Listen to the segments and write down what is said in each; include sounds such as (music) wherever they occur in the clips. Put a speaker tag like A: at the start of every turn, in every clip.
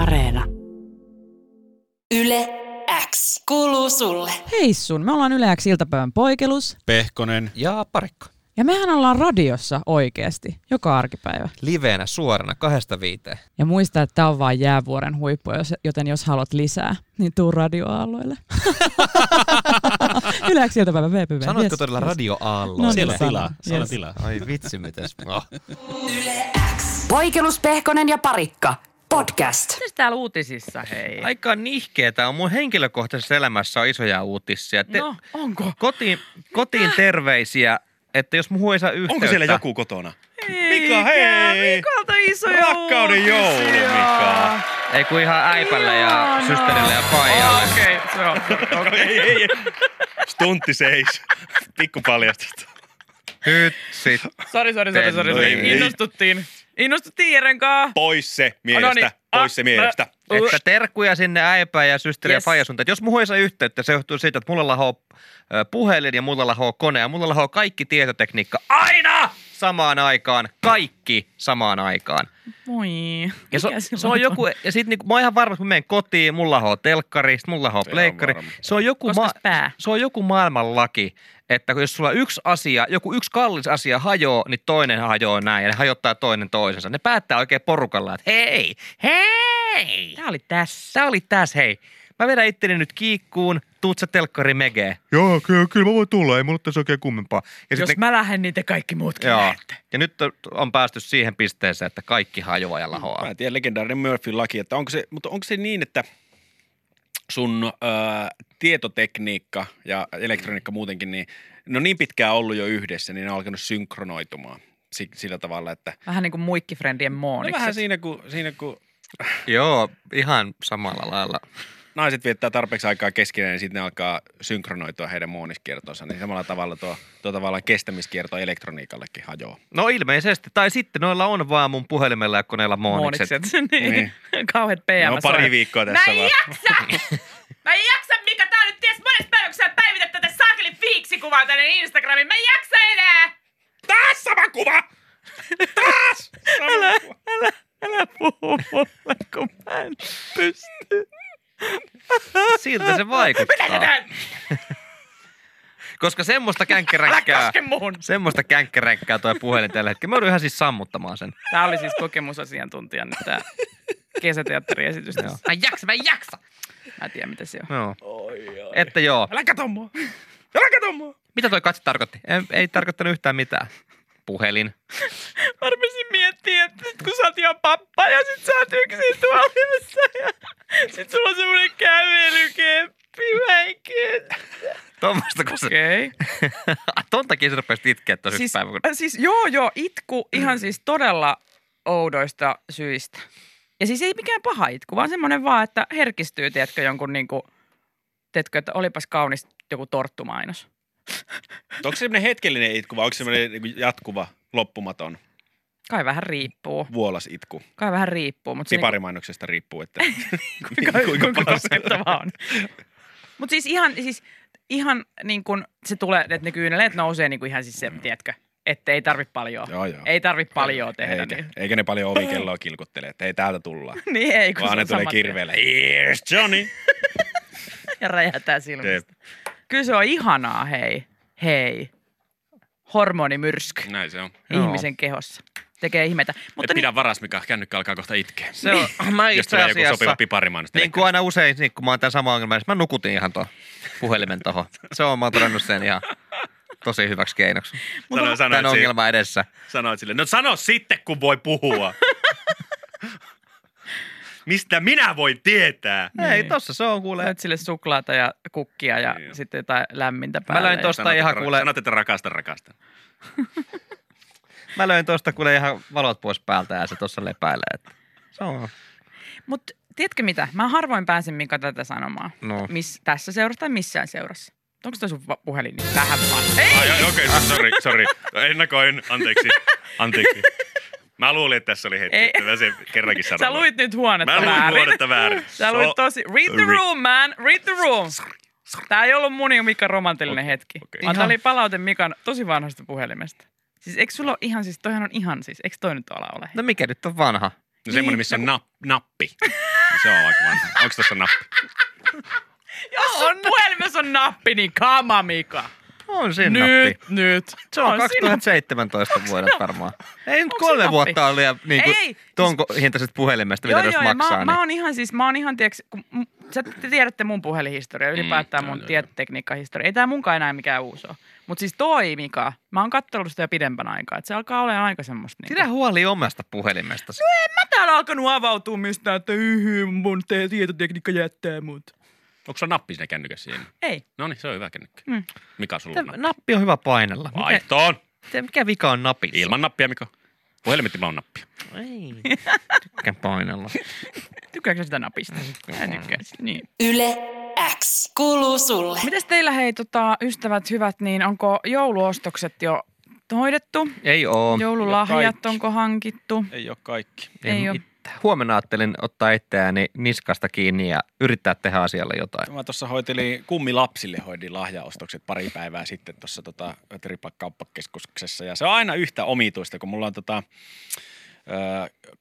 A: Areena.
B: Yle X kuuluu sulle.
A: Hei sun, me ollaan yleäksi iltapäivän poikelus.
C: Pehkonen.
A: No
D: Ja parikko.
A: Ja mehän ollaan radiossa oikeasti, joka arkipäivä.
D: Liveenä suorana kahdesta viiteen.
A: Ja muista, että tää on vaan jäävuoren huippu, jos- joten jos haluat lisää, niin tuu
D: (laughs)
A: radioaalloille. yleäksi iltapäivän
E: No
A: VPV.
D: Sanoitko
A: Yes,
D: todella
A: yes.
D: radioaalloa?
A: No niin,
C: Siellä
A: sanon.
C: tilaa, siellä
A: Yes.
C: tilaa.
D: Ai vitsi, mitäs. Oh.
B: Poikelus Pehkonen ja Parikka. Podcast.
E: Mitäs täällä uutisissa, hei?
D: (laughs) Aika nihkeä tää on. Mun henkilökohtaisessa elämässä on isoja uutisia. Te,
E: no, onko?
D: kotiin, kotiin terveisiä, että jos muu ei saa yhteyttä.
C: Onko siellä joku kotona?
E: Eikä,
C: hei!
E: Mikolta isoja
C: Rakkauden
E: uutisia.
C: joulu, Mika.
D: Ei kun ihan äipälle ja
E: Ihanaa.
D: systerille ja paijalle.
E: Oh, Okei, okay, se on.
C: Ei, No, ei, ei. Stuntti seis. Pikku paljastusta.
D: Nyt sit.
E: Sori, sori, sori, sori.
D: No
C: ei.
E: sori. Innostuttiin. Innostuttiin Jeren kaa.
C: Pois se
E: No niin.
C: mielestä. Pois se
E: Ah,
C: mielestä.
E: mä-
D: Että terkkuja sinne äipään ja systerille
E: Yes.
D: yes. ja paijasunta. Jos muu ei saa yhteyttä, se johtuu siitä, että mulla lahoo ö, puhelin ja mulla lahoo kone ja mulla lahoo kaikki tietotekniikka aina samaan aikaan. Kaikki samaan aikaan.
E: Moi.
D: Ja se,
E: Mikä
D: se on joku, ja sit niinku, mä oon ihan varma, että mä menen kotiin, mulla on telkkari, sit mulla on
C: Ihan
D: pleikkari.
C: varma.
D: Se on, joku
E: Koskas pää.
D: se on joku maailman laki, että kun jos sulla yksi asia, joku yksi kallis asia hajoaa, niin toinen hajoaa näin ja ne hajottaa toinen toisensa. Ne päättää oikein porukalla, että hei, hei,
E: Tää oli tässä.
D: sä oli tässä, hei. Mä vedän itteni nyt kiikkuun, tuut sä telkkari megee. Joo, kyllä, kyllä mä voin tulla, ei mulla tässä oikein kummempaa. Ja
E: Jos
D: sit ne-
E: mä lähden, niin te kaikki muutkin
D: Joo.
E: lähtee.
D: Ja nyt on- on päästy siihen pisteeseen, että kaikki hajoaa ja lahoaa.
C: Mä en tiedä, legendaarinen Murphyn laki, että onko se, mutta onko se niin, että sun ö, tietotekniikka ja elektroniikka muutenkin, niin ne on niin pitkään ollut jo yhdessä, niin ne on alkanut synkronoitumaan si- sillä tavalla, että
E: Vähän niin kuin muikkifrendien
C: no
E: moonikset.
C: vähän siinä kun, siinä, kun
D: Joo, ihan samalla lailla.
C: naiset viettää tarpeeksi aikaa keskenään, niin sitten ne alkaa synkronoitua heidän muoniskiertonsa, niin samalla tavalla tuo, tuo tavallaan kestämiskierto elektroniikallekin hajoaa.
D: No ilmeisesti. Tai sitten noilla on vaan mun puhelimella ja koneella moonikset.
E: Moonikset. (laughs) niin.
C: Niin.
E: Kauheat PM.
C: Ne on pari viikkoa tässä
E: Mä en
C: vaan. (laughs)
E: jaksa! Mä en jaksa, Mika. Tää on nyt ties mones päiväksi sä päivität tätä saakelin fiiksikuvaa tänne Instagramiin. Mä en jaksa enää!
C: Taas sama kuva! Taas! Sama älä, kuva.
E: Älä puhu mulle, kun mä en pysty.
D: Siltä se vaikuttaa. Koska semmoista känkkäräkkää,
E: (laughs) muun.
D: semmoista känkkäräkkää toi puhelin tällä hetkellä. Mä joudun ihan siis sammuttamaan sen.
E: Tää oli siis kokemusasiantuntija nyt tää kesäteatteriesitys. tässä. Mä en jaksa, mä en jaksa! Mä en tiedä, mitä se on.
D: Joo. Että joo.
C: Älä kato mua! Älä kato mua!
D: Mitä toi katse tarkoitti? Ei, ei tarkoittanut yhtään mitään. Puhelin.
E: Mä rupesin miettimään, että sit kun sä oot ihan pappa ja sit sä oot yksin tuolissa ja sit sulla on semmonen kävelykeppi, mä en
D: Tuommoista, kun se...
E: Okei.
D: (laughs) Ton takia se rupesi itkeä tosi
E: Siis,
D: siis... päivä. Kun...
E: äh, siis joo joo, itku ihan siis todella oudoista syistä. Ja siis ei mikään paha itku, vaan semmoinen vaan, että herkistyy, tiedätkö, jonkun niinku, tiedätkö, että olipas kaunis joku torttumainos.
C: Onko se semmoinen hetkellinen itku vai onko se semmoinen niinku jatkuva, loppumaton,
E: Kai vähän riippuu,
C: vuolas itku?
E: kai vähän riippuu, mutta se
C: Siparimainoksesta riippuu, että (laughs)
E: niinku, (laughs)
C: Niin,
E: kuinka, kuinka, kuinka
C: paljon se-
E: koskettavaa on. Mutta siis ihan, siis ihan niin kuin se tulee, että ne kyyneleet nousee niin kuin ihan siis se, tiedätkö, että ei tarvi paljon.
C: Mm. Joo, joo.
E: Ei tarvi paljon tehdä.
C: eikä,
E: Niin.
C: eikä ne paljon ovikelloa kilkuttele, että ei täältä tullaan.
E: niin ei, (laughs) kun se
C: Vaan ne
E: on
C: tulee
E: saman tien.
C: kirveellä. Here's Johnny!
E: (laughs) Ja räjähtää silmistä.
C: Jep.
E: Kyllä se on ihanaa, hei. Hei. Hormonimyrsky
C: Näin se on.
D: Joo.
E: ihmisen kehossa. Tekee ihmeitä.
C: Mutta
E: Mutta
C: pidä varas, mikä kännykkä alkaa kohta itkeä.
D: Se on, mä
C: Jos
D: itse
C: tulee joku sopiva
D: asiassa...
C: piparimainos.
D: Niin kuin aina usein, niin kun mä oon tämän sama ongelma, niin mä nukutin ihan tuon puhelimen tohon. Se on, mä oon todennut sen ihan tosi hyväksi keinoksi.
C: Sano-
D: Tämän
C: sanoit siinä.
D: ongelman edessä.
C: Sanoit sille, no sano sitten, kun voi
E: (laughs)
C: puhua. Mistä minä voin tietää?
E: Niin.
D: Ei, tossa se on kuule.
E: nyt sille suklaata ja kukkia ja
C: Niin.
E: sitten jotain lämmintä päälle.
D: löin
E: ja-
D: tosta ihan
C: että, ra-
D: kuule-
C: Sanot, että rakastan, rakastan.
D: Mä löin tosta kuule ihan valot pois päältä ja se tossa lepäilee. Että. Se on.
E: Mutta tiedätkö mitä? Mä harvoin pääsen Mika tätä sanomaan.
D: No.
E: Miss, tässä seurassa tai missään seurassa. Onko toi sun va- puhelin niin vähän vaan? Ei!
C: Ai, ai, okei, okay, sori, sori. Ennakoin, anteeksi. Anteeksi. Mä luulin, että tässä oli hetki.
E: Ei.
C: Ei. Mä sen kerrankin sanoin.
E: Sä luit nyt huonetta
C: Mä luin
E: väärin.
C: huonetta väärin.
E: Sä luit
C: So-
E: tosi... Read the
C: Ri-
E: room, man! Read the room! Tää ei ollut mun ja Mikan romantillinen
C: Okei,
E: hetki.
C: okei.
E: Vaan tää
D: Ihan.
E: oli palaute Mikan tosi vanhasta puhelimesta. Siis eikö sulla ole ihan siis, toihan on ihan siis, eikö toi nyt ala ole?
D: No mikä nyt on vanha?
C: No semmonen, missä on nap, nappi. se on aika vanha. Onko tässä nappi?
E: Jos sun puhelimessa on nappi, niin kama Mika.
D: On siinä nappi.
E: Nyt, nyt.
D: Se on,
E: siinä.
D: 2017 vuodet varmaan. Ei nyt
E: Onko siinä
D: kolme
E: nappi?
D: vuotta ole liian niin kuin,
E: Ei.
D: ton ko- hintaiset puhelimesta, mitä jos
E: ja
D: maksaa.
E: Mä,
D: niin.
E: mä oon ihan siis, mä oon ihan, tiiäks, kun, m- sä te tiedätte mun puhelinhistoriaa, ylipäätään
C: joo,
E: mun
C: joo,
E: tietotekniikkahistoria. Ei tää munkaan enää mikään uusi ole. Mutta siis toi, Mika, mä oon kattellut sitä jo pidempän aikaa, että se alkaa olemaan aika semmoista. Niin
D: Pidä huoli omasta puhelimesta.
E: mä täällä alkanut avautua mistään, että yhy, mun te- tietotekniikka jättää mut.
C: Onko sulla nappi siinä kännykässä siinä?
E: Ei.
C: No niin, se on hyvä kännykkä.
E: Mm.
C: Mika, sulla
D: Tämä
C: on nappi.
D: nappi on hyvä painella. Mikä,
C: Vaihtoon!
D: te- mikä vika on napissa?
C: Ilman nappia, Mika. Puhelimet ilman nappia.
D: Ei. (laughs) Tykkään painella.
E: Tykkääkö sä sitä napista? Mä tykkään sitä, niin.
B: Yle X kuuluu sulle.
E: Mites teillä hei tota, ystävät hyvät, niin onko jouluostokset jo hoidettu?
D: Ei oo.
C: Ja
E: Joululahjat
C: kaikki.
E: onko hankittu?
C: Ei ole kaikki.
E: ei oo.
D: mitään. Huomenna ajattelin ottaa itseäni niskasta kiinni ja yrittää tehdä asialle jotain.
C: Mä tuossa hoitelin, kummi lapsille hoidin lahjaostokset pari päivää sitten tuossa tota, Tripakauppakeskuksessa. Ja se on aina yhtä omituista, kun mulla on tota, öö,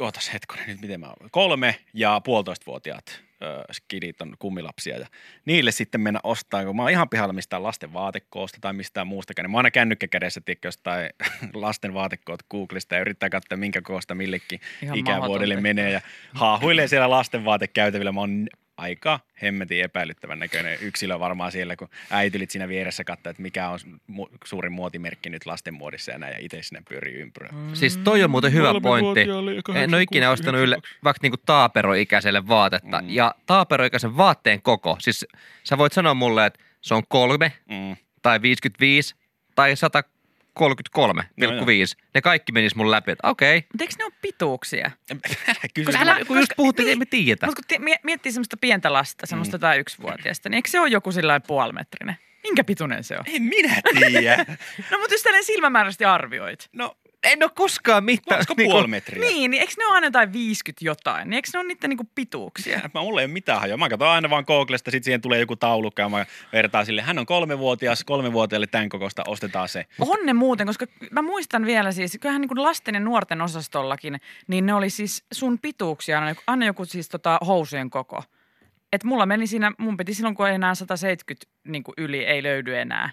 C: ootas hetkonen nyt, miten mä oon, kolme ja puolitoista vuotiaat öö, skidit on kummilapsia ja niille sitten mennä ostaa, kun mä oon ihan pihalla mistään lasten vaatekoosta tai mistään muustakaan. Niin mä oon aina kännykkä kädessä, tiedätkö, jostain (laughs) lasten vaatekoot Googlesta ja yrittää katsoa, minkä koosta millekin
E: Ihan
C: ikävuodelle
E: mahdoton
C: menee ja haahuilee siellä lasten vaatekäytävillä. Mä oon aika hemmetin epäilyttävän näköinen yksilö varmaan siellä, kun äitilit siinä vieressä katsoo, että mikä on mu- suurin muotimerkki nyt lasten muodissa ja näin, ja itse sinne pyörii ympyrää.
E: Mm.
D: Siis toi on muuten hyvä pointti. En ole ikinä ostanut ylle, vaikka niinku taaperoikäiselle vaatetta.
C: Mm.
D: Ja taaperoikäisen vaatteen koko. Siis sä voit sanoa mulle, että se on kolme
C: Mm. (laughs)
D: tai 55 tai 133,5.
C: Joo, joo.
D: Ne kaikki menis mun läpi, että okei.
E: Mut eikö ne ole pituuksia?
C: Älä kysy.
E: Koska
D: Okay.
E: älä-
D: Kun just puhuttiin, niin, ei me tiedetä.
E: Mutta kun tie- mie- miettii semmoista pientä lasta, semmoista mm. tai yksivuotiaista, niin eikö se ole joku sillä puolimetrinen? Minkä pituinen se on?
C: En minä tiedä.
E: No mutta jos tälleen silmämääräisesti arvioit.
C: No,
D: En ole koskaan mitään.
C: olisiko
D: niinku-
C: puoli metriä?
E: Niin, niin eikö ne ole aina jotain 50 jotain? Niin eikö ne ole niiden niinku pituuksia?
C: Mä, mulla ei ole mitään hajoa. Mä katson aina vaan Googlesta, sit siihen tulee joku taulukka ja mä vertaan sille. Hän on kolmevuotias, kolmevuotiaalle tämän kokosta, ostetaan se.
E: On ne muuten, koska mä muistan vielä siis, kyllähän niin lasten ja nuorten osastollakin, niin ne oli siis sun pituuksia, aina joku- aina joku siis tota housujen koko. Et mulla meni siinä, mun piti silloin kun ei enää 170 niin kuin yli, ei löydy enää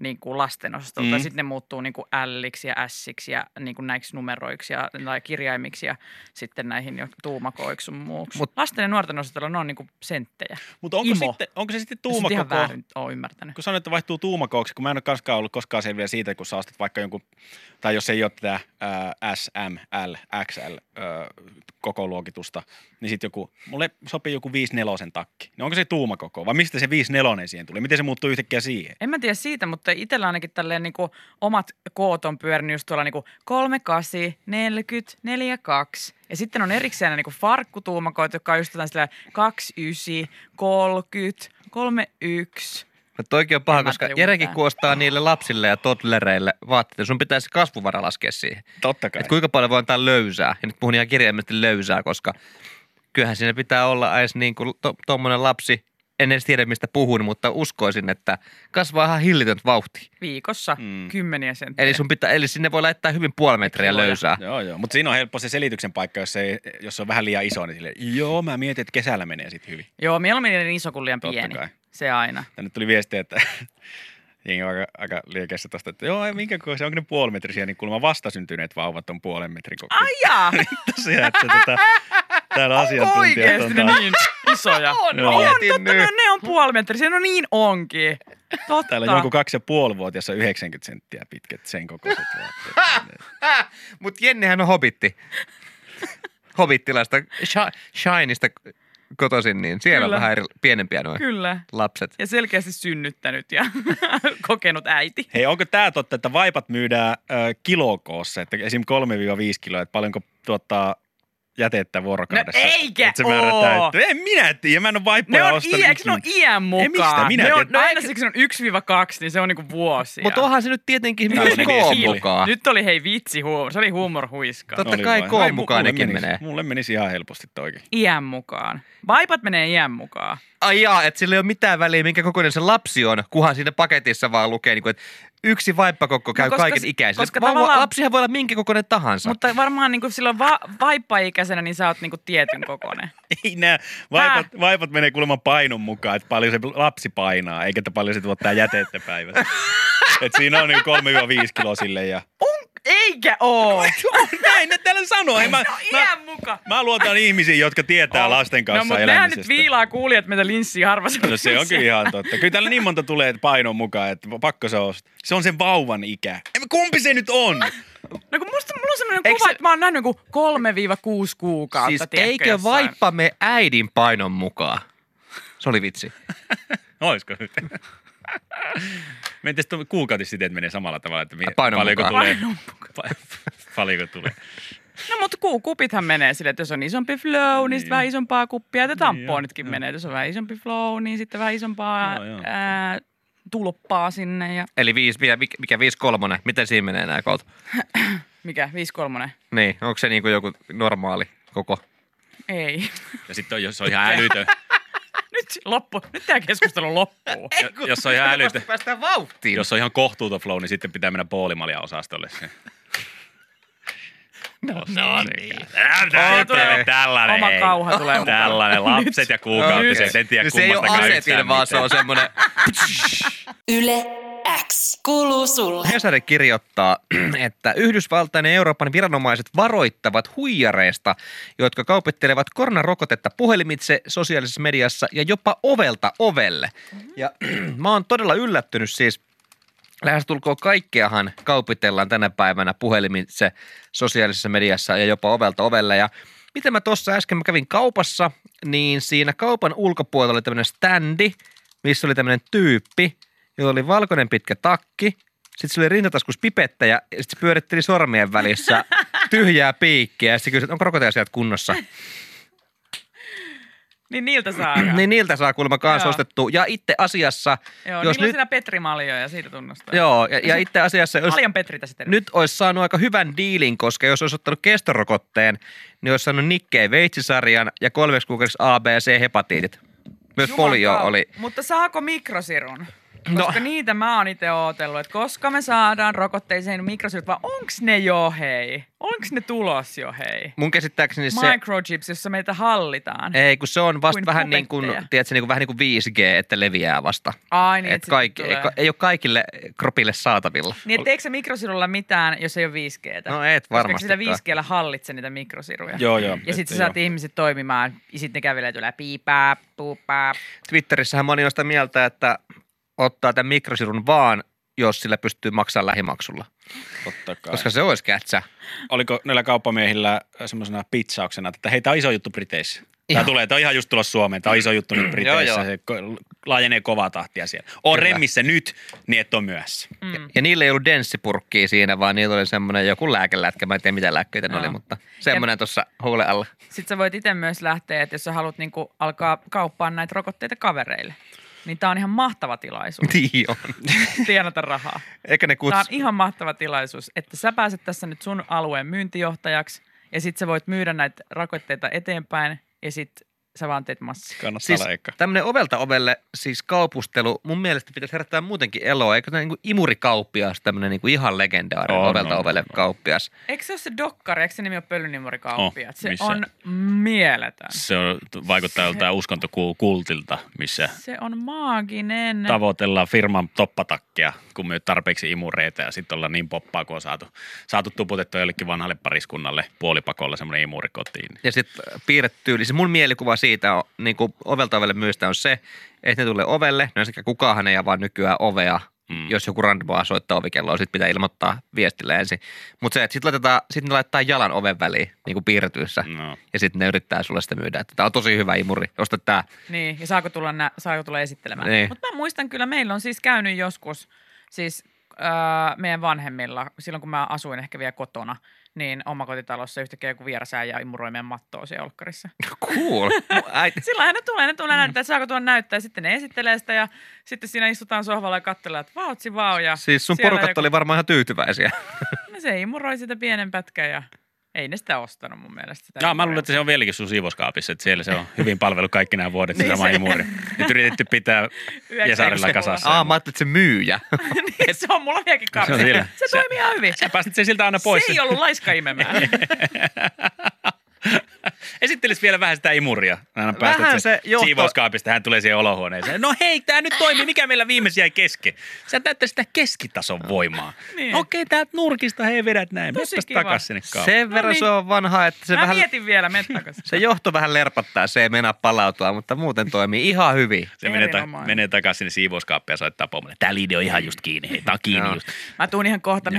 E: niin kuin lasten osastolta.
C: Mm.
E: Mm. Sitten ne muuttuu niin kuin L-iksi ja S-iksi ja niin kuin näiksi numeroiksi ja, tai kirjaimiksi ja sitten näihin jo tuumakoiksi sun muuksi.
D: Mut-
E: Mut. Lasten ja nuorten osastolla ne on niin kuin senttejä.
C: Mutta onko,
E: Imo.
C: sitten, onko se sitten
E: Tuumakoko. ihan
C: tuumakoko?
E: väärin, oon ymmärtänyt.
C: Kun sanoit, että vaihtuu tuumakooksi, kun mä en ole koskaan ollut koskaan selviä siitä, kun sä ostat vaikka jonkun, tai jos ei ole tätä ää, S, M, L, XL ää, koko luokitusta, niin sitten joku, mulle sopii joku 5-4 takki. No onko se tuumakoko vai mistä se 5-4 siihen tuli? Miten se muuttuu yhtäkkiä siihen?
E: En mä tiedä siitä, mutta itsellä ainakin tälleen niinku omat koot on pyörinyt just tuolla niinku 38, 40, 42. Ja sitten on erikseen niinku farkkutuumakoit, jotka on just jotain sillä 29, 30, 31.
D: No Toikin on paha,
E: En mä
D: koska
E: tajua
D: Jerekin
E: mitään.
D: kuostaa niille lapsille ja toddlereille vaatteita. Sun pitäisi kasvuvara laskea siihen.
C: Totta kai.
D: Et kuinka paljon voi antaa löysää. Ja nyt puhun ihan kirjaimellisesti löysää, koska kyllähän siinä pitää olla edes niin kuin to, tommonen lapsi. En edes tiedä, mistä puhun, mutta uskoisin, että kasvaa ihan hillitön vauhti.
E: Viikossa
C: Mm.
E: mm. kymmeniä senttejä.
D: Eli, sun pitää, eli sinne voi laittaa hyvin puoli metriä
E: Kiloja.
D: löysää.
C: (laughs) Joo, joo. Mutta siinä on helppo se selityksen paikka, jos, ei, jos se on vähän liian iso, niin sille, joo, mä mietin, että kesällä menee sitten hyvin.
E: Joo, mieluummin niin iso kuin liian
C: Totta
E: pieni.
C: kai.
E: Se aina.
C: Tänne tuli viestiä, että (laughs) jengi on aika, aika liikeessä tosta, että joo, ei minkä kokoisia, onko ne puolimetrisiä, niin kuulemma vastasyntyneet vauvat on puolen metrin kokoisia.
E: Jaa,
C: Tosiaan, että tota, täällä asiantuntijat on
E: oikeasti ne
C: taas,
E: niin isoja. on,
C: Joo.
E: on,
D: Mietin
E: totta,
D: nyt.
E: ne, ne on puolimetrisiä. No niin onkin. Totta.
C: täällä joku kaksi ja puoli vuotias on 90 senttiä pitkät sen kokoiset
E: (laughs)
C: vaatteet.
D: Mutta Jennihän on hobitti. Hobittilaista, shi- Shinesta kotoisin, niin siellä
E: Kyllä.
D: on vähän eri, pienempiä nuo
E: Kyllä.
D: lapset.
E: ja selkeästi synnyttänyt ja (laughs) kokenut äiti.
C: Hei, onko tämä totta, että vaipat myydään ö, kilokoossa, että esim. 3-5 kiloa, että paljonko tuottaa jätettä vuorokaudessa?
E: No eikä
C: että se määrä
E: oo.
C: täyttyy. En minä tiedä, mä en ole vaippoja
E: Ne on,
C: ostanut.
E: i, eikö ne on
C: ikinä.
E: iän mukaan?
C: Ei mistä, minä
E: ne on,
C: tiedän.
E: no aina siksi on 1-2, niin se on niinku vuosia.
D: Mutta onhan se nyt tietenkin
C: Täällä
D: myös
C: oli
E: niin
D: koon
C: viesti.
D: mukaan.
E: Nyt oli hei vitsi huumor, se oli huumorhuiska.
D: Totta
C: Oli
D: kai
C: vai?
D: koon
C: Ai, mu-
D: mukaan
C: mulle
D: nekin
C: menisi-
D: menee.
C: Mulle menisi ihan helposti toikin.
E: Iän mukaan. Vaipat menee iän mukaan.
D: ai jaa, että sillä ei ole mitään väliä, minkä kokoinen se lapsi on, kunhan siinä paketissa vaan lukee, niin kuin, että yksi vaippakokko
E: No
D: käy no
E: koska-
D: kaiken ikäisille.
E: koska
D: Koska Vauva,
E: tavallaan-
D: Lapsihan voi olla minkä kokoinen tahansa.
E: Mutta varmaan niin kuin silloin va- vaippaikäisenä, niin sä oot niin kuin tietyn kokoinen.
C: (laughs) Ei nää, vaipat, vaipat menee kuulemma painon mukaan, että paljon se lapsi painaa, eikä että paljon se tuottaa jätettä päivässä. Et siinä on niin 3-5 kiloa sille ja...
E: Eikä oo!
C: Näin ne täällä sanoo. Ei, mä,
E: No
C: mä,
E: iän muka!
C: mä, luotan ihmisiin, jotka tietää
E: Oo.
C: lasten kanssa
E: No mutta nehän
C: elämisestä.
E: nyt viilaa kuulijat meitä linssiä harvassa.
C: No se on kyllä ihan totta. Kyllä täällä niin monta tulee painon mukaan, että pakko se on. Se on sen vauvan ikä. Ei, Kumpi se nyt on?
E: No kun musta mulla on sellainen
D: Eikö
E: kuva,
D: se-
E: että mä oon nähnyt niinku joku 3-6 kuukautta.
D: Siis
E: tiedätkö,
D: eikö
E: jossain.
D: vaippa me äidin painon mukaan? Se oli vitsi.
C: Olisiko nyt? Mentes tuo kuukautissiteet menee samalla tavalla, että mi-
D: Painon
C: paljonko
D: mukaan.
C: tulee.
E: Painon
C: Pa- paljonko tulee.
E: No mutta ku- kupithan menee sille, että jos on isompi flow, niin sitten vähän isompaa kuppia.
D: Niin,
E: Ja
C: joo,
E: tampoonitkin
C: joo.
E: menee, että jos on vähän isompi flow, niin sitten vähän isompaa
C: Joo, joo.
E: ää, tulppaa sinne. Ja
D: Eli viisi, mikä, mikä viisi kolmonen, miten siinä menee nämä koot?
E: mikä, 5-3?
D: Niin, onko se niin kuin joku normaali koko?
E: Ei. (laughs)
C: Ja sitten on, jos on ihan älytön,
E: Nyt loppu. Nyt tämä keskustelu
D: (laughs)
E: loppuu.
C: jo- jos on ihan älytön,
D: Päästään vauhtiin.
C: jos on ihan kohtuuton flow, niin sitten pitää mennä poolimaljan osastolle. Se. No, no niin. Tää
E: tulee
C: tulee tällainen.
E: oma
C: hei.
E: kauha tulee mukaan. No niin.
C: Tällainen lapset ja kuukautiset. En tiedä
D: No se ei ole
C: kummastakaan
D: asetin,
C: yhtään
D: vaan se
C: mitään.
D: on semmoinen
B: Yle X. Kuuluu sulle.
D: Hesari kirjoittaa, (clears throat) että Yhdysvaltain ja Euroopan viranomaiset varoittavat huijareista, jotka kaupittelevat koronarokotetta puhelimitse, sosiaalisessa mediassa ja jopa ovelta ovelle. Ja (clears throat) mä oon todella yllättynyt siis, lähestulkoon kaikkeahan kaupitellaan tänä päivänä puhelimitse, sosiaalisessa mediassa ja jopa ovelta ovelle. Ja miten mä tuossa äsken mä kävin kaupassa, niin siinä kaupan ulkopuolella oli tämmöinen standi, missä oli tämmöinen tyyppi, jolla oli valkoinen pitkä takki, sitten sillä oli rintataskus pipettä ja sitten se pyöritteli
E: (laughs)
D: sormien välissä tyhjää piikkiä ja sitten kysyi, että onko rokoteasiat kunnossa.
E: Niin niiltä saadaan.
D: niin niiltä saa kuulemma kans
E: Joo.
D: ostettua. Ja itse asiassa,
E: Joo, niin
D: jos
E: niillä on
D: nyt,
E: siinä Petri Maljoja, siitä tunnustaa.
D: joo, ja, ja itse asiassa, jos
E: Paljon Petri tässä terve.
D: nyt olisi saanut aika hyvän diilin, koska jos olisi ottanut kestorokotteen, niin olisi saanut Nikkei veitsisarjan ja kolmeksi kuukaudeksi A, B ja C hepatiitit. Myös
E: Juman
D: polio
E: kautta.
D: oli.
E: Mutta saako mikrosirun?
D: No.
E: Koska niitä mä oon itse ootellut, että koska me saadaan rokotteisiin mikrosirut, vai onks ne jo hei? Onks ne tulos jo hei?
D: Mun käsittääkseni Siis se,
E: Microchips, jossa meitä hallitaan.
D: ei kun se on vasta
E: Kuin
D: vähän niin, kuin,
E: pupetteja.
D: tiedätkö, niin kuin, vähän niin kuin 5G, että leviää vasta.
E: Ai niin,
D: Et
E: että et
D: kaikki, ei,
E: tulee.
D: ei ole kaikille kropille saatavilla.
E: Niin, etteikö se mikrosirulla mitään, jos ei ole 5Gtä?
D: No
E: Koska
D: et
E: sitä
D: varmastikaan.
E: 5Gllä hallitse niitä mikrosiruja.
C: Joo, joo.
E: Ja
C: Et-
E: sitten sä
C: joo.
E: saat ihmiset toimimaan, ja sitten ne kävelee tulee piipää, puupää.
D: Twitterissähän moni on sitä mieltä, että ottaa tämän mikrosirun vaan, jos sillä pystyy maksamaan lähimaksulla.
C: Totta kai.
D: Koska se olisi kätsä.
C: oliko näillä kauppamiehillä äh, semmoisena pitsauksena, että hei, tämä on iso juttu Briteissä. Tämä
D: Ihan.
C: tulee, tämä on ihan just tulossa Suomeen, tämä on iso juttu nyt Briteissä,
D: Mm. Joo, joo.
C: se ko- laajenee kovaa tahtia siellä. On
D: Kyllä.
C: remmissä nyt, niin et ole myöhässä.
D: Mm. Ja niillä ei ollut denssipurkkia siinä, vaan niillä oli semmoinen joku lääkelätkä. Mä en tiedä, mitä lääkkeitä ne
E: Joo.
D: oli, mutta semmoinen tuossa huule alla. (laughs)
E: Sitten sä voit itse myös lähteä, että jos sä haluat niin alkaa kauppaan näitä rokotteita kavereille, niin tää on ihan mahtava tilaisuus
D: Niin on. No,
E: tienata rahaa.
D: Eikä ne
E: Tää on
D: kutsu.
E: ihan mahtava tilaisuus, että sä pääset tässä nyt sun alueen myyntijohtajaksi ja sit sä voit myydä näitä rokotteita eteenpäin ja sit sä vaan teet massia.
C: Kannattaa
D: Siis
C: leikkaa.
D: tämmöinen ovelta ovelle siis kaupustelu, mun mielestä pitäisi herättää muutenkin eloa. Eikö tämä niinku imurikauppias, tämmöinen niinku ihan legendaarinen
C: On,
D: ovelta
C: on,
D: ovelle
C: on, on.
D: kauppias.
E: Eikö se ole se dokkari, eikö se nimi ole pölynimurikauppiat?
C: Oh,
E: se
C: missä?
E: on mieletön.
C: Se on, vaikuttaa joltain uskontokultilta, missä
E: Se on maaginen.
C: tavoitellaan firman toppatakkia, kun myy tarpeeksi imureita ja sitten ollaan niin poppaa, kun on saatu, saatu tuputettua jollekin vanhalle pariskunnalle puolipakolla semmoinen imuri kotiin.
D: Ja sitten piirretty, siis mun mielikuva siitä on, niin kuin ovelta ovelle myystä on se, että ne tulee ovelle, no sekä kukaan ei avaa nykyään ovea,
C: Mm.
D: mm. jos joku randomaa soittaa ovikelloa, sit pitää ilmoittaa viestillä ensin. Mutta se, että sitten laitetaan, sit ne laittaa jalan oven väliin, niin kuin piirretyissä, mm.
C: No.
D: ja sitten ne yrittää sulle sitä myydä, että tämä on tosi hyvä imuri, osta tämä.
E: Niin, ja saako tulla, nä- saako tulla esittelemään.
D: Niin.
E: Mutta mä muistan kyllä, meillä on siis käynyt joskus, siis öö, meidän vanhemmilla, silloin kun mä asuin ehkä vielä kotona, niin omakotitalossa yhtäkkiä joku vierasääjä imuroi meidän mattoa siellä
D: (laughs)
E: olkkarissa.
D: Cool. Mun Äiti.
E: Silloinhan ne tulee, ne tulee näyttää, että saako tuon näyttää, ja sitten ne esittelee sitä, ja sitten siinä istutaan sohvalla ja katsellaan, että vautsi vau, ja
D: Siis sun
E: siellä
D: porukat
E: joku-
D: oli varmaan ihan tyytyväisiä.
E: No se imuroi sitä pienen pätkän, ja Ei ne sitä ostanut mun mielestä. Sitä
C: No, mä luulen,
E: muria.
C: että se on vieläkin sun siivoskaapissa, että siellä se on hyvin palvellut kaikki nämä vuodet
E: Niin
C: sitä
E: se-
C: maimuuri. Nyt yritetty pitää
E: Yhdeksän
C: Jesarilla
E: euroa.
C: kasassa.
D: Aa, mä ajattelin, että (laughs) se
E: (laughs)
D: myyjä.
E: niin, se on mulla vieläkin
C: Se on
E: kartta.
C: siellä.
E: Se, se toimii ihan hyvin.
C: Sä pääsit sen siltä aina pois.
E: Se ei ollut laiska imemään.
C: (laughs) Esittelis vielä vähän sitä imuria. Aina päästät
D: Vähän
C: sen
D: se johto-
C: Siivouskaapista hän tulee siihen olohuoneeseen. No hei, tämä nyt toimii. Mikä meillä viimeisiä jäi kesken? Sä täyttää sitä keskitason voimaa.
E: Niin.
C: Okei, täältä nurkista hei vedät näin.
E: Tosi
C: Mennäpäs
E: kiva.
C: takaisin sinne kaappiin.
D: Sen verran se on vanha, että se
E: No niin. mä
D: vähän...
E: mietin vielä, menetkö se.
D: Se johto vähän lerpattaa, se ei mennä palautua, mutta muuten toimii ihan hyvin.
C: Se menee, ta-
E: Erinomainen.
C: menee takaisin sinne siivouskaappia ja soittaa pomolle. Tää liidi on ihan just kiinni. Hei, tää on kiinni
D: Joo.
C: just.
E: Mä tuun ihan kohta, (laughs)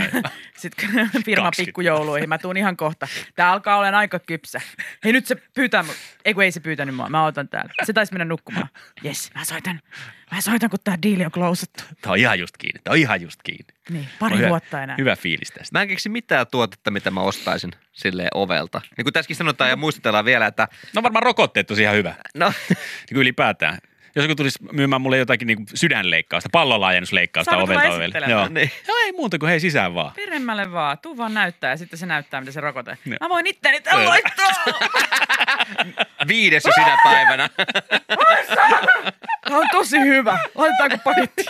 E: sitten firma
C: 20.
E: pikkujouluihin, mä tuun ihan kohta. Tää alkaa olla aika kypsä. Hei nyt se pyytää mut. Ei kun ei se pyytänyt mua, mä otan täällä. Se taisi mennä nukkumaan. Jes, mä soitan. Mä soitan, kun tää diili on klousattu.
C: Tää on ihan just kiinni. Tää on ihan just kiinni.
E: Niin, pari
C: No hyvä,
E: vuotta enää.
C: Hyvä fiilis tästä.
D: Mä en keksi mitään tuotetta, mitä mä ostaisin silleen ovelta. Niin kuin tässäkin sanotaan ja muistellaan vielä, että
C: No varmaan rokotteet tosi ihan hyvä.
D: no, (laughs)
C: Niin kuin ylipäätään. Jos joku tulisi myymään mulle jotakin niin sydänleikkausta, pallonlaajennusleikkausta
E: Saanko tulla
C: ovelta ovelle.
E: esittelemään?
C: Joo.
D: Niin.
C: Joo, ei muuta kuin hei sisään vaan.
E: Peremmälle vaan, tuu vaan näyttää ja sitten se näyttää, mitä se rokote.
C: Joo.
E: Mä voin itteni tällä laittaa.
C: (laughs)
D: viides jo sinä päivänä.
E: Tää on tosi hyvä. Laitetaanko pakettiin?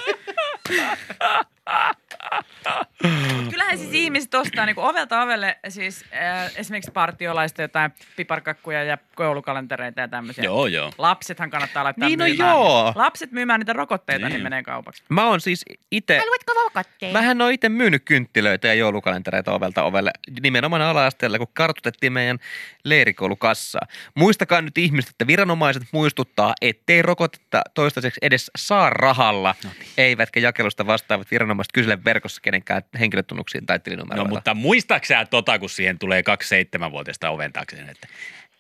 E: Mut Kyllähän siis ihmiset ostaa niinku ovelta ovelle siis äh, esimerkiksi partiolaista jotain piparkakkuja ja koulukalentereita ja tämmöisiä.
C: Joo, joo. No,
E: Lapsethan kannattaa laittaa
D: Niin, no
E: myymään.
D: joo.
E: Lapset myymään niitä rokotteita, niin,
C: Niin.
E: niin menee kaupaksi.
D: Mä oon siis itse...
E: Haluatko rokotteita?
D: Mähän oon itse myynyt kynttilöitä ja joulukalentereita ovelta ovelle nimenomaan ala-asteella, kun kartutettiin meidän leirikoulukassaa. Muistakaa nyt ihmiset, että viranomaiset muistuttaa, ettei rokotetta toistaiseksi edes saa rahalla, no niin. eivätkä jakelusta vastaavat viranomaiset kysele verkossa kenenkään henkilötunnuksiin tai
C: No
D: tilinumeroilta.
C: mutta muistaaks sä tota, kun siihen tulee kaksi seitsemänvuotiaista oven taakse, että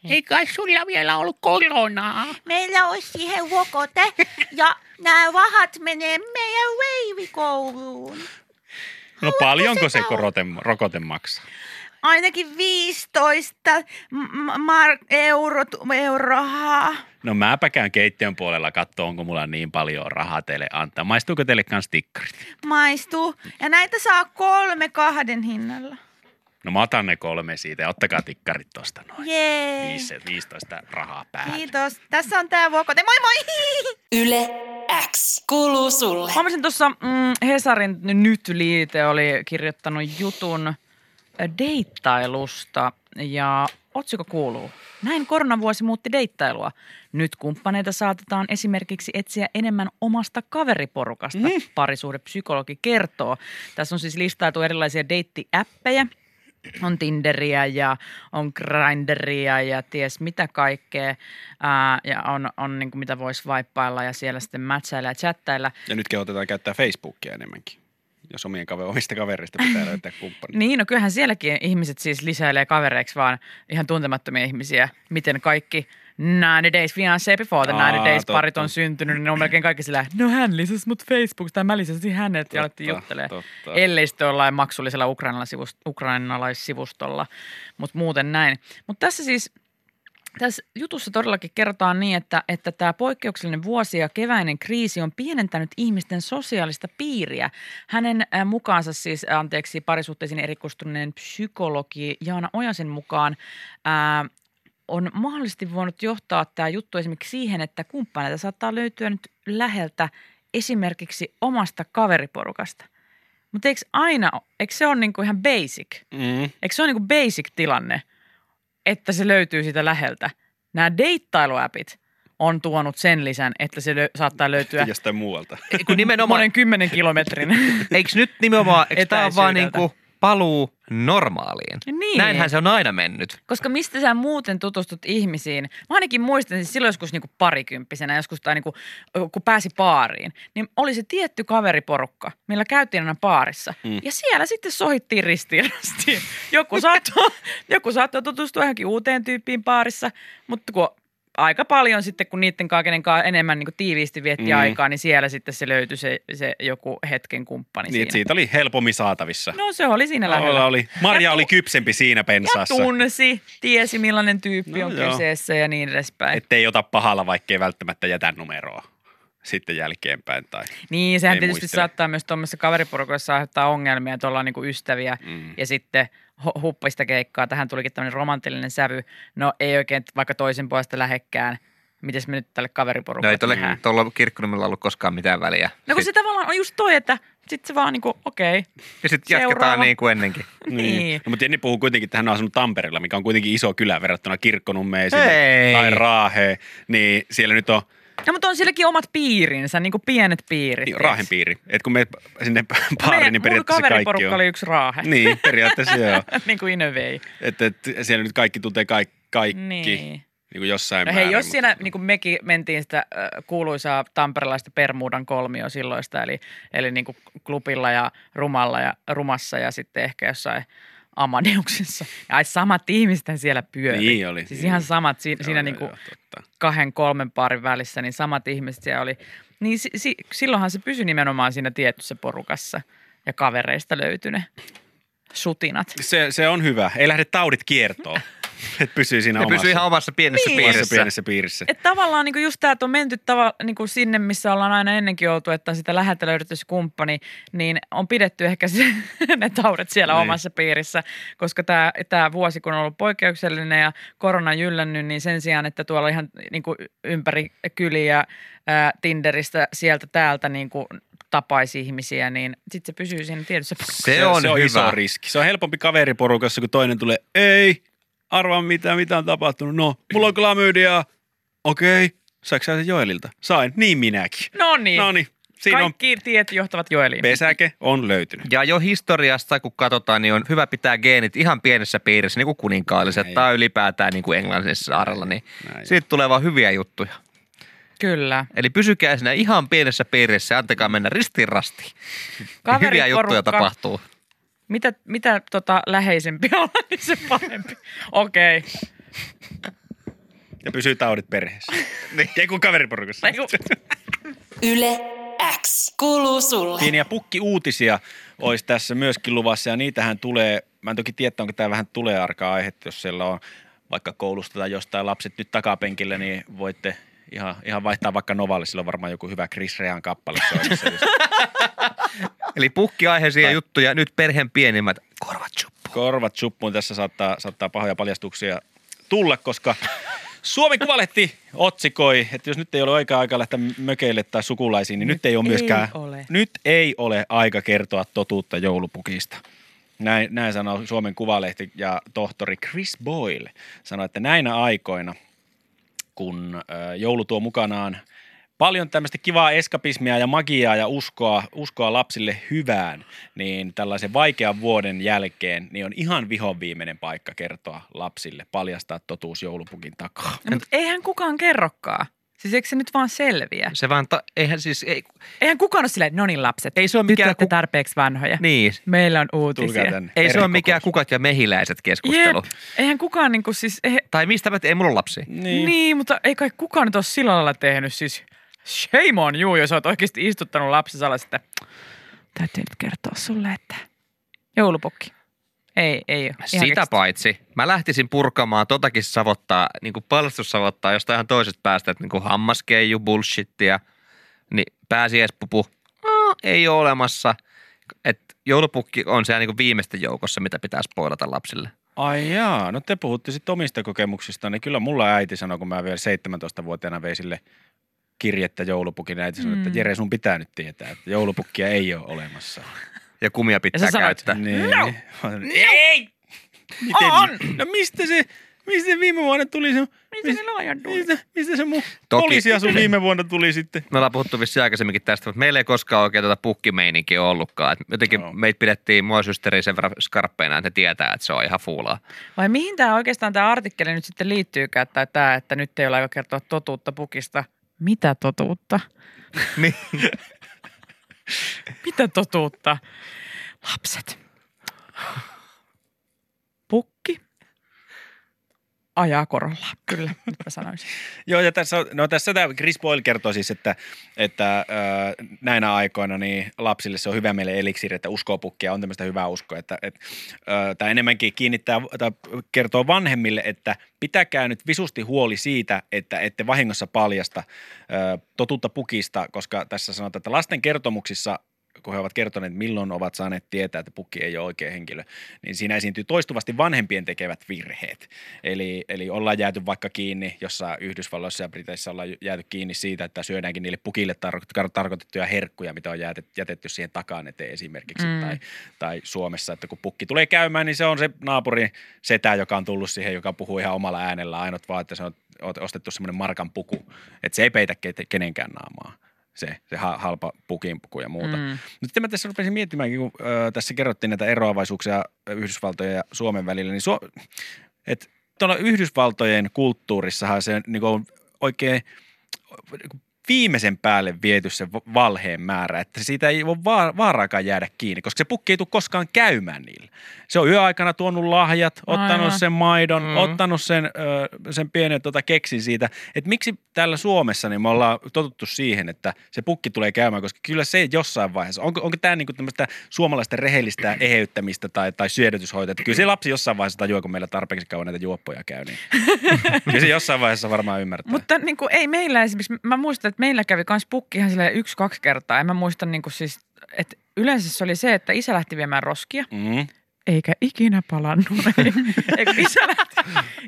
C: no
F: Ei kai sulla vielä ollut koronaa.
G: Meillä on siihen vokote ja nämä rahat menee meidän veivikouluun.
C: no paljonko se korote, rokote maksaa?
G: Ainakin 15 m- m- mark- euro, eurohaa.
C: No mäpä käyn keittiön puolella katsoa, onko mulla niin paljon rahaa teille antaa. Maistuuko teille kans tikkarit?
G: Maistuu. Ja näitä saa kolme kahden hinnalla.
C: No mä otan ne kolme siitä ja ottakaa tikkarit tosta noin.
G: Jee.
C: Viis- 15 rahaa
E: Niin,
C: päälle.
G: Kiitos. Tässä on tää vokote. Moi moi!
B: Yle X kuuluu sulle.
E: Huomasin tuossa mm, Hesarin Nyt-liite oli kirjoittanut jutun ö, deittailusta ja otsikko kuuluu. Näin koronavuosi muutti deittailua. Nyt kumppaneita saatetaan esimerkiksi etsiä enemmän omasta kaveriporukasta, mm. parisuhdepsykologi kertoo. Tässä on siis listailtu erilaisia deittiäppejä. On Tinderiä ja on Grinderia ja ties mitä kaikkea. Ää, ja on, on niin mitä voisi vaippailla ja siellä sitten mätsäillä ja chattailla.
H: Ja nyt kehotetaan käyttää Facebookia enemmänkin, jos omien kaver- omista kavereista pitää löytää kumppani.
E: Niin, no kyllähän sielläkin ihmiset siis lisäilee kavereiksi vaan ihan tuntemattomia ihmisiä, miten kaikki 90 days fiancé before the 90
H: Aa,
E: days parit
H: totta.
E: on syntynyt, niin ne on melkein kaikki sillä, no hän lisäsi mut Facebookista tai mä lisäsin hänet ja alettiin
H: Totta,
E: juttelemaan.
H: totta.
E: Ellei sitten jollain maksullisella ukrainalaisivust- ukrainalaissivustolla, mutta muuten näin. Mutta tässä siis tässä jutussa todellakin kerrotaan niin, että että tämä poikkeuksellinen vuosi ja keväinen kriisi on pienentänyt ihmisten sosiaalista piiriä. Hänen äh, mukaansa siis, äh, anteeksi, parisuhteisiin erikoistuneen psykologi Jaana Ojasen mukaan ää, on mahdollisesti voinut johtaa tämä juttu esimerkiksi siihen, että kumppaneita saattaa löytyä nyt läheltä esimerkiksi omasta kaveriporukasta. Mutta eikö aina, eikö se ole niinku ihan basic –
H: Mm.
E: Eikö se ole niinku basic tilanne, että se löytyy sitä läheltä? Nämä deittailuäpit on tuonut sen lisän, että se lö- saattaa löytyä
H: Jostain muualta.
E: Niin,
D: Ei, kun nimenomaan,
E: monen kymmenen kilometrin.
D: eikö nyt nimenomaan, eikö tää on vaan niin
E: Etäisyydeltä.
D: kuin paluu normaaliin?
E: Niin.
D: Näinhän se on aina mennyt.
E: Koska mistä sä muuten tutustut ihmisiin? Mä ainakin muistan siis silloin joskus niinku parikymppisenä, joskus tai niinku, kun pääsi baariin, niin oli se tietty kaveriporukka, millä käytiin aina baarissa. Mm. Ja siellä sitten sohittiin ristiin rastiin. Joku saattoi, joku saattoi tutustua johonkin uuteen tyyppiin baarissa, mutta kun aika paljon sitten, kun niiden kanssa, kenen kanssa enemmän niin tiiviisti vietti
H: Mm.
E: mm. aikaa, niin siellä sitten se löytyi se, se joku hetken kumppani
H: Niin, että
E: siinä.
H: siitä oli helpommin saatavissa.
E: No se oli siinä lähellä.
H: Olla oli. Marja
E: Ja tu-
H: oli kypsempi siinä
C: Niin
E: Ja
H: pensaassa,
E: tunsi, tiesi millainen tyyppi
H: No
E: on
H: joo.
E: kyseessä ja niin edespäin.
C: Ettei ota pahalla, vaikkei välttämättä jätä numeroa. sitten jälkeenpäin. Tai,
E: Niin, sehän
C: Ei
E: tietysti
C: muistele.
E: saattaa myös tuommoisessa kaveriporukassa aiheuttaa ongelmia, että ollaan niinku ystäviä
C: mm.
E: ja sitten ho- huppista keikkaa. Tähän tulikin tämmöinen romanttinen sävy. No ei oikein vaikka toisen puolesta lähekkään. Mites me nyt tälle
D: No
E: kaveriporukalle
D: ei Mm. tuolla,
E: tehdään?
D: tuolla kirkkonumella ollut koskaan mitään väliä.
E: No kun se
D: sit,
E: tavallaan on just toi, että sit se vaan niinku, okei.
D: ja sitten jatketaan
E: seuraava.
D: niin kuin ennenkin.
E: Niin.
C: No, mutta Jenni puhuu kuitenkin, että hän on asunut Tampereella, mikä on kuitenkin iso kylä verrattuna Kirkkonummeen
D: Hei!
C: tai Raaheen. Niin siellä nyt on
E: No mutta on sielläkin omat piirinsä, niinku pienet piirit.
C: niin,
E: tiiäks.
C: Raahen piiri. Et kun me sinne baariin,
E: Meidän- mun
C: niin periaatteessa kaikki
E: kaveriporukka
C: on.
E: oli yksi raahe. (laughs)
C: Niin, periaatteessa (laughs) joo.
E: niin kuin in a way.
C: Että et, siellä nyt kaikki tuntee kaikki, kaikki niin.
E: Niin.
C: kuin jossain
E: No hei,
C: määrin.
E: jos
C: mutta-
E: siinä, niin kuin mekin mentiin sitä äh, kuuluisaa tamperelaista Permuudan kolmio silloista, eli, eli niin kuin klubilla ja rumalla ja rumassa ja sitten ehkä jossain Amadeuksessa. Ja ai samat ihmisten siellä pyöri.
C: Niin oli,
E: Siis
C: niin.
E: ihan samat si-
C: Joo,
E: siinä
C: joo,
E: niin kuin
C: joo, totta.
E: kahden kolmen parin välissä, niin samat ihmiset siellä oli. Niin si- si- silloinhan se pysyi nimenomaan siinä tietyssä porukassa ja kavereista löytyi ne sutinat.
C: Se, se on hyvä. Ei lähde taudit
E: (laughs)
C: kiertoon. että pysyy siinä
D: Ne
C: omassa,
D: pysyy ihan omassa pienessä
E: Niin.
C: omassa
D: piirissä.
C: pienessä piirissä.
E: Et tavallaan niin just tämä, että on menty tava, niin sinne, missä ollaan aina ennenkin joutu, että on sitä läheltä löydetty se kumppani, niin on pidetty ehkä se, (laughs) ne taudet siellä
C: Niin.
E: omassa piirissä, koska tämä tää vuosi, kun on ollut poikkeuksellinen ja korona jyllännyt, niin sen sijaan, että tuolla ihan niin kuin ympäri kyliä ää, Tinderistä sieltä täältä niin kuin tapaisi ihmisiä, niin sitten se pysyy siinä
C: (laughs)
E: tietyssä
D: Se on,
C: se on
D: hyvä.
C: iso riski. Se on helpompi kaveriporukassa, kun toinen tulee, ei, arvaa mitä, mitä on tapahtunut. No, mulla on klamydia. Okei, okay. saiko sä sen Joelilta? Sain, niin
E: (laughs)
C: minäkin.
E: No niin,
C: No niin, siinä on
E: kaikki tiet johtavat Joeliin.
C: pesäke on löytynyt.
D: Ja jo historiasta, kun katsotaan, niin on hyvä pitää geenit ihan pienessä piirissä, niin kuin kuninkaalliset
C: Näin.
D: tai ylipäätään niin kuin englannisessa saarella, niin
C: Näin.
D: siitä tulee vaan hyviä juttuja.
E: Kyllä.
D: Eli pysykää siinä ihan pienessä piirissä ja antakaa mennä ristiin rastiin. Niin Hyviä juttuja
E: Kaveriporukka-
D: tapahtuu.
E: Mitä, mitä tota, läheisempi (laughs) on, niin se parempi. Okei.
C: Ja pysyy taudit perheessä. (laughs) niin. Ei kun kaveriporukassa.
E: Okay.
D: (laughs)
B: Yle X kuuluu sulle.
C: Pieniä pukkiuutisia olisi tässä myöskin luvassa ja niitähän tulee, mä en toki tiedä, onko tämä vähän tulee arkaa aihetta, jos siellä on vaikka koulusta tai jostain lapset nyt takapenkillä, niin voitte ihan, ihan vaihtaa vaikka Novalle, sillä on varmaan joku hyvä Chris Rehan kappale soimassa. just.
D: Eli pukkiaiheisia juttuja, nyt perheen pienimmät korvat suppu.
C: Korvat suppuun, tässä saattaa, saattaa pahoja paljastuksia tulla, koska Suomi Kuvalehti otsikoi, että jos nyt ei ole oikea aika lähteä mökeille tai sukulaisiin, niin nyt, nyt ei ole myöskään,
E: ole.
C: nyt ei ole aika kertoa totuutta joulupukista. Näin, näin sanoo Suomen Kuvalehti ja tohtori Chris Boyle sanoi, että näinä aikoina, kun ö, joulu tuo mukanaan paljon tämmöistä kivaa eskapismia ja magiaa ja uskoa, uskoa lapsille hyvään, niin tällaisen vaikean vuoden jälkeen niin on ihan vihon viimeinen paikka kertoa lapsille, paljastaa totuus joulupukin takaa.
E: Mutta eihän kukaan kerrokaan. Siis eikö se nyt vaan selviä?
D: Se vaan, ta- eihän siis, ei,
E: Eihän kukaan ole silleen, no niin lapset,
D: Ei se ole
E: nyt
D: mikään
E: olette
D: ku-
E: tarpeeksi vanhoja.
D: niin, Siis
E: Meillä on uutisia.
C: Tulkaa tänne.
D: ei se ole
C: Perhekokous.
D: mikään kukat ja mehiläiset
E: Jep.
D: keskustelu.
E: Eihän kukaan niinku siis, eh,
D: Tai mistä mä, ei mulla ole lapsia.
E: niin. niin. mutta ei kai kukaan nyt ole sillä lailla tehnyt siis. Shame on you, jos oot oikeasti istuttanut lapsesi alas, että täytyy nyt kertoa sulle, että joulupukki. Ei, ei ole.
D: Sitä paitsi, mä lähtisin purkamaan totakin savottaa, niin kuin paljastussavottaa jostain ihan toisesta päästä, että niin kuin hammaskeiju, bullshittia, niin pääsiäispupu aa, ei ole olemassa. Et joulupukki on siellä niin kuin viimeisten joukossa, mitä pitää spoilata lapsille.
C: Ai jaa, no te puhutte sitten omista kokemuksista, niin kyllä mulla äiti sanoi, kun mä vielä 17-vuotiaana vein sille kirjettä joulupukin, äiti sanoi, mm.
E: Mm.
C: että Jere, sun pitää nyt tietää, että joulupukkia ei ole olemassa.
D: Ja kumia pitää
E: sä sanoit,
D: käyttää.
C: Niin. No. Ei! Miten? On! No mistä se, mistä se viime vuonna tuli se,
E: Miten se laajentui?
C: mistä, mistä se mun
D: Toki-
C: poliisia (clears throat) sun viime vuonna tuli sitten?
D: Me ollaan puhuttu vissiin aikaisemminkin tästä, mutta meillä ei koskaan oikein tuota pukkimeininkiä ole ollutkaan. Et jotenkin
C: Joo.
D: meitä pidettiin mua ja systeriä sen verran skarppeina, että ne tietää, että se on ihan fuulaa.
E: Vai mihin tämä oikeastaan tämä artikkeli nyt sitten liittyykään, tai tämä, että nyt ei ole aika kertoa totuutta pukista. Mitä totuutta?
D: Niin.
E: (laughs) Mitä totuutta? Lapset. Pukki. ajaa korolla. Kyllä, nyt mä sanoisin.
C: Joo, ja tässä, on- no tässä tämä Chris Boyle kertoo siis, että, että ää, näinä aikoina niin lapsille se on hyvä meille eliksiri, että uskoo pukkia, on tämmöistä hyvää uskoa. Että, et, ää, tämä enemmänkin kiinnittää, tai kertoo vanhemmille, että pitäkää nyt visusti huoli siitä, että ette vahingossa paljasta ää, totuutta pukista, koska tässä sanotaan, että lasten kertomuksissa kun he ovat kertoneet, milloin ovat saaneet tietää, että pukki ei ole oikea henkilö, niin siinä esiintyy toistuvasti vanhempien tekevät virheet. Eli, eli ollaan jääty vaikka kiinni, jossa Yhdysvalloissa ja Briteissä ollaan jääty kiinni siitä, että syödäänkin niille pukille tar- tarkoitettuja herkkuja, mitä on jätet, jätetty siihen takaan eteen esimerkiksi.
E: Mm.
C: Mm. Tai, tai Suomessa, että kun pukki tulee käymään, niin se on se naapurin setä, joka on tullut siihen, joka puhuu ihan omalla äänellä. Ainut vaan, että se on on ostettu semmoinen markan puku, että se ei peitä ke- kenenkään naamaa. Se, se ha- halpa pukinpuku ja muuta. Mm.
E: Mm.
C: Mutta mä tässä rupesin miettimään, kun ö, tässä kerrottiin näitä eroavaisuuksia Yhdysvaltojen ja Suomen välillä, niin Suo- et tuolla Yhdysvaltojen kulttuurissahan se niin on oikein viimeisen päälle viety se va- valheen määrä, että siitä ei voi vaar- vaaraakaan jäädä kiinni, koska se pukki ei tule koskaan käymään niillä. Se on yöaikana tuonut lahjat, ottanut
E: Aivan.
C: sen maidon,
E: Mm.
C: mm. ottanut sen, ö, sen pienen tota keksin siitä. Et miksi täällä Suomessa niin me ollaan totuttu siihen, että se pukki tulee käymään, koska kyllä se jossain vaiheessa, onko, onko tämä niinku tämmöistä suomalaista rehellistä eheyttämistä tai, tai syödytyshoitoa, että kyllä se lapsi jossain vaiheessa tajuaa, kun meillä tarpeeksi kauan näitä juoppoja käy,
E: (laughs)
C: niin kyllä se jossain vaiheessa varmaan ymmärtää.
E: Mutta niin kuin, ei meillä esimerkiksi, mä muistan, että meillä kävi kans pukki ihan silleen yksi-kaksi kertaa. En mä muista niin kuin siis, että yleensä se oli se, että isä lähti viemään roskia.
C: Mm.
E: Eikä ikinä palannut. (laughs) Ei, ei, kun isä, lähti,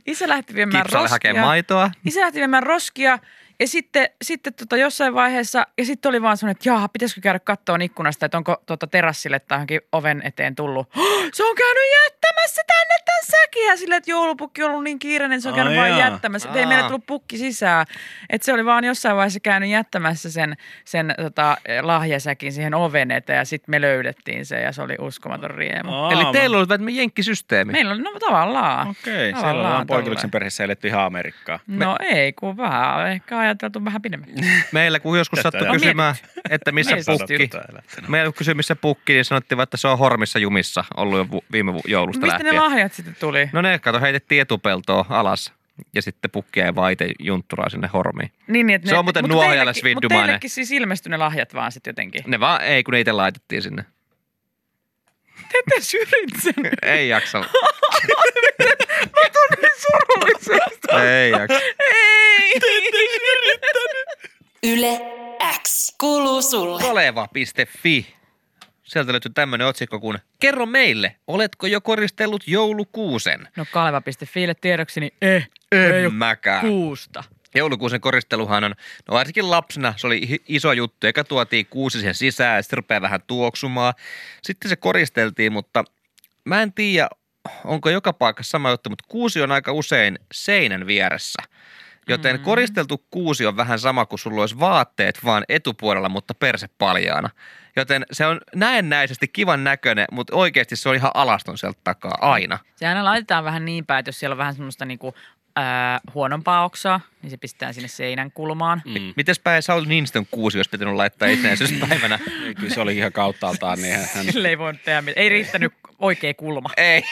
E: isä lähti viemään
D: Kipsalle hakee
E: roskia.
D: maitoa.
E: Isä lähti viemään roskia ja sitten, sitten tota jossain vaiheessa, ja sitten oli vaan semmoinen, että jaha, pitäisikö käydä kattoon ikkunasta, että onko tuota terassille tai johonkin oven eteen tullut. (gasps) "Hå, se on käynyt jättämässä tänne tämän säkin ja silleen, että joulupukki on ollut niin kiireinen, se on
C: Ai
E: käynyt vaan
C: jaa.
E: jättämässä. Että ei
D: Aa.
E: meillä tullut pukki sisään. Että se oli vaan jossain vaiheessa käynyt jättämässä sen, sen tota, lahjasäkin siihen oven eteen ja sitten me löydettiin se ja se oli uskomaton riemu.
D: Eli teillä on ollut vähän tämmöinen jenkkisysteemi.
E: Meillä on, no tavallaan.
C: Okei, okay,
E: Tavallaan
C: siellä ollaan
E: tolleen.
C: poikiluksen perheessä eletty ihan Amerikkaa.
E: No ei, kun vähän, ehkä ajateltu vähän pidemmän.
D: Meillä kun joskus
I: Tätä
D: sattui
I: ei-
D: kysymään, että missä
E: Niin,
D: pukki. Meillä kun kysyi, missä pukki, niin sanottiin, vaan, että se on hormissa jumissa ollut jo vu- viime vu- joulusta
E: Mistä
D: lähtien.
E: ne lahjat sitten tuli?
D: No ne, kato, heitettiin etupeltoa alas ja sitten pukki jäi vaite juntturaa sinne hormiin.
E: Niin, niin, että
D: Se on muuten nuohjaajalle
E: teillekin- Mutta
D: svindumainen.
E: teillekin siis ilmestyi ne lahjat vaan sitten jotenkin.
D: Ne vaan, ei kun ne itse laitettiin sinne.
E: Miten syrjitsen? (laughs)
D: Ei jaksa,
E: Mä tunnen surullisesta.
D: (laughs) ei siis. jaksa.
E: Ei.
D: siis
B: Yle X kuuluu sulle.
D: Kaleva.fi. Sieltä löytyy tämmöinen otsikko kuin Kerro meille, oletko jo koristellut joulukuusen?
E: No kaleva.fiille tiedoksi, niin eh,
D: Ei mäkään.
E: kuusta.
D: Joulukuusen koristeluhan on, no varsinkin lapsena se oli hi- iso juttu. Eka tuotiin kuusi sen sisään ja sitten rupeaa vähän tuoksumaan. Sitten se koristeltiin, mutta mä en tiedä, onko joka paikassa sama juttu, mutta kuusi on aika usein seinän vieressä. Joten mm. koristeltu kuusi on vähän sama kuin sulla olisi vaatteet vaan etupuolella, mutta perse paljaana. Joten se on näennäisesti kivan näköinen, mutta oikeasti se on ihan alaston sieltä takaa aina.
E: Se aina laitetaan vähän niin päin, että jos siellä on vähän semmoista niinku, ää, huonompaa oksaa, niin se pistää sinne seinän kulmaan.
D: Mm. Mites päin Saul Niinistön kuusi olisi pitänyt laittaa (laughs) itsenäisyyspäivänä?
C: Niin, Kyllä se oli ihan kauttaaltaan, niin hän,
E: (laughs)
C: hän
E: Sille ei voinut tehdä mitään. Ei riittänyt oikea kulma
D: Ei.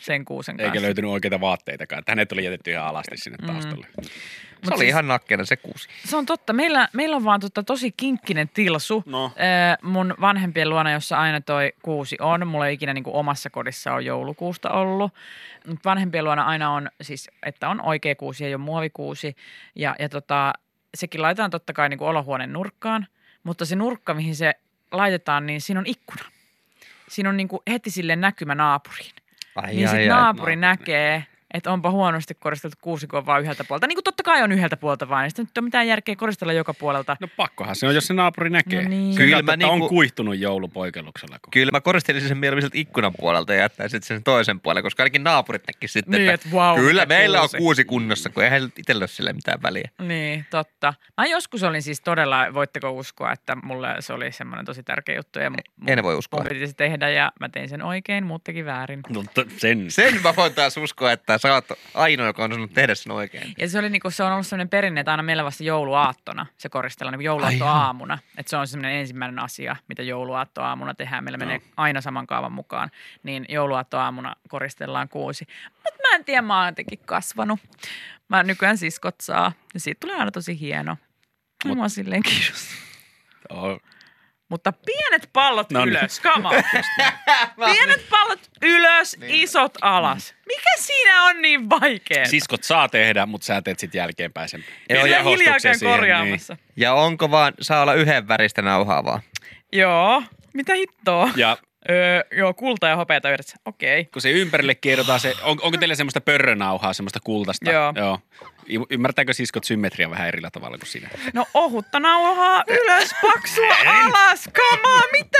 E: sen kuusen kanssa.
C: eikä löytynyt oikeita vaatteitakaan. Että hänet oli jätetty ihan alasti sinne taustalle.
D: Se
E: siis
D: oli ihan nakkena se kuusi.
E: Se on totta. Meillä, meillä on vaan tota tosi kinkkinen tilsu
C: No.
E: öö, mun vanhempien luona, jossa aina toi kuusi on. Mulla ei ikinä niinku omassa kodissa ole joulukuusta ollut. Mut vanhempien luona aina on siis, että on oikea kuusi, ei ole muovikuusi. Ja, ja tota, sekin laitetaan totta kai niinku olohuoneen nurkkaan, mutta se nurkka, mihin se laitetaan, niin siinä on ikkuna. Siinä on niinku heti sille näkymä naapuriin.
D: Ai,
E: Niin sitten naapuri näkee, että onpa huonosti koristeltu kuusi, kun on vaan yhdeltä puolta. Niin kuin totta kai on yhdeltä puolta vaan. Ei sitä nyt ole mitään järkeä koristella joka puolelta.
C: No pakkohan se on, jos se naapuri näkee.
E: No niin.
D: Kyllä
C: Kyllä
D: mä
C: mä
D: niinku-
C: on kuihtunut joulupoikeluksella. Kun...
D: Kyllä mä koristelisin sen mieluummin sieltä ikkunan puolelta ja jättäisin sen toisen puolen, koska ainakin naapurit näkisivät sitten,
E: Niin,
D: että
E: et vau,
D: kyllä
E: mitä
D: meillä
E: kuusi.
D: on kuusi kunnossa, kun eihän itsellä ole sille mitään väliä.
E: Niin, totta. Mä joskus olin siis todella, voitteko uskoa, että mulle se oli semmoinen tosi tärkeä juttu. Ja mun,
D: En voi uskoa.
E: mun piti se tehdä ja mä tein sen oikein, muut teki väärin.
C: No, t- sen.
D: Sen mä voin taas uskoa, että sä oot ainoa, joka on sanonut tehdä sen oikein.
E: Ja se, oli niinku, se on ollut sellainen perinne, että aina meillä vasta jouluaattona se koristellaan niin jouluaattoaamuna. Että se on semmoinen ensimmäinen asia, mitä jouluaattoaamuna tehdään. Meillä menee aina saman kaavan mukaan, niin jouluaattoaamuna koristellaan kuusi. Mutta mä mä en tiedä, mä oon jotenkin kasvanut. Mä nykyään siskot saa ja siitä tulee aina tosi hieno. Mut. Mua silleen kiinnostaa.
C: Oh.
E: Mutta pienet pallot
C: No
E: no
C: niin.
E: ylös, kama. (laughs) pienet pallot ylös, isot alas. Mikä siinä on niin vaikea?
C: Siskot saa tehdä, mutta sä teet sit jälkeenpäin sen.
E: Joo,
C: pienen
E: ja hiljaa
C: jahostuksen
E: käyn
C: siihen,
E: korjaamassa. Niin.
D: Ja onko vaan, saa olla yhden väristä nauhaa vaan.
E: Joo, mitä hittoa?
C: Niin. Ja
E: Öö, joo, kulta ja hopeata yhdessä. Okei.
C: kun se ympärille kierrotaan, se, on, onko teillä semmoista pörrönauhaa, semmoista kultasta?
E: Joo.
C: Joo. Y- ymmärtääkö siskot symmetria vähän erillä tavalla kuin sinä?
E: No ohutta nauhaa ylös, paksua alas, kamaa, mitä?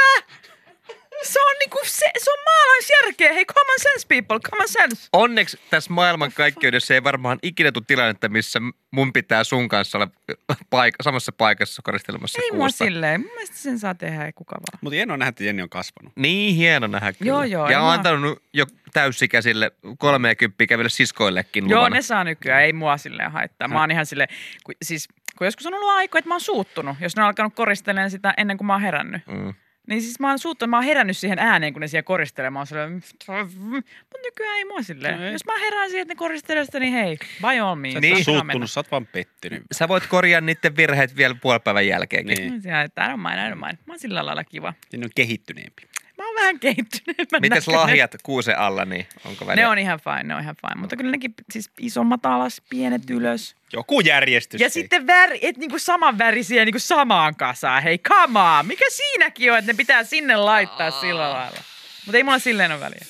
E: Se on niinku se, se on maalaisjärkeä. Hei, common sense people, common sense.
D: Onneksi tässä maailmankaikkeudessa ei varmaan ikinä tule tilannetta, missä mun pitää sun kanssa olla paik- samassa paikassa koristelemassa
E: Ei mua
D: kuusta.
E: silleen. Mun mielestä sen saa tehdä ei kuka vaan.
C: Mutta hienoa nähdä, että Jenni on kasvanut.
D: Niin hieno nähdä kyllä.
E: Joo, joo,
D: ja
E: en
D: on
E: mä-
D: antanut jo täysikäisille 30 käville siskoillekin
E: Joo,
D: luvan.
E: ne saa nykyään, ei mua silleen haittaa. Mä oon ihan silleen, kun, siis kun joskus on ollut aikoja, että mä oon suuttunut, jos ne on alkanut koristelemaan sitä ennen kuin mä oon herännyt.
D: Mm.
E: Niin siis mä oon suuttunut, mä oon herännyt siihen ääneen, kun ne siellä koristelee. Mä oon silleen, mutta mm, nykyään ei mua silleen.
C: No Ei.
E: Jos mä herään siihen, että ne koristelee sitä, niin hei, by all means.
C: Sä et
D: Niin.
C: niin.
E: saa mennä.
C: suuttunut, sä oot vaan pettynyt.
D: Sä voit korjaa niiden virheet vielä puolipäivän jälkeenkin.
C: Niin.
E: Siellä, että I don't mind, I don't mind. Mä oon sillä lailla kiva.
C: Niin ne on kehittyneempi.
E: Mä oon vähän kehittynyt. mä
D: Mites
E: näköinen.
D: lahjat kuusen alla, niin onko väliä?
E: Ne on ihan fine, ne on ihan fine. Mutta kyllä nekin siis isommat alas, pienet ylös.
C: Joku järjestys.
E: Ja sitten väri, et niinku saman värisiä niinku samaan kasaan. Hei, come on. Mikä siinäkin on, että ne pitää sinne laittaa sillä lailla. Mutta ei mulla silleen ole väliä.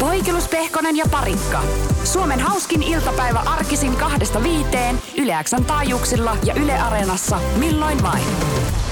J: Poikelus, Pehkonen ja Parikka. Suomen hauskin iltapäivä arkisin kahdesta viiteen Yle Xn taajuuksilla ja Yle Areenassa milloin vain.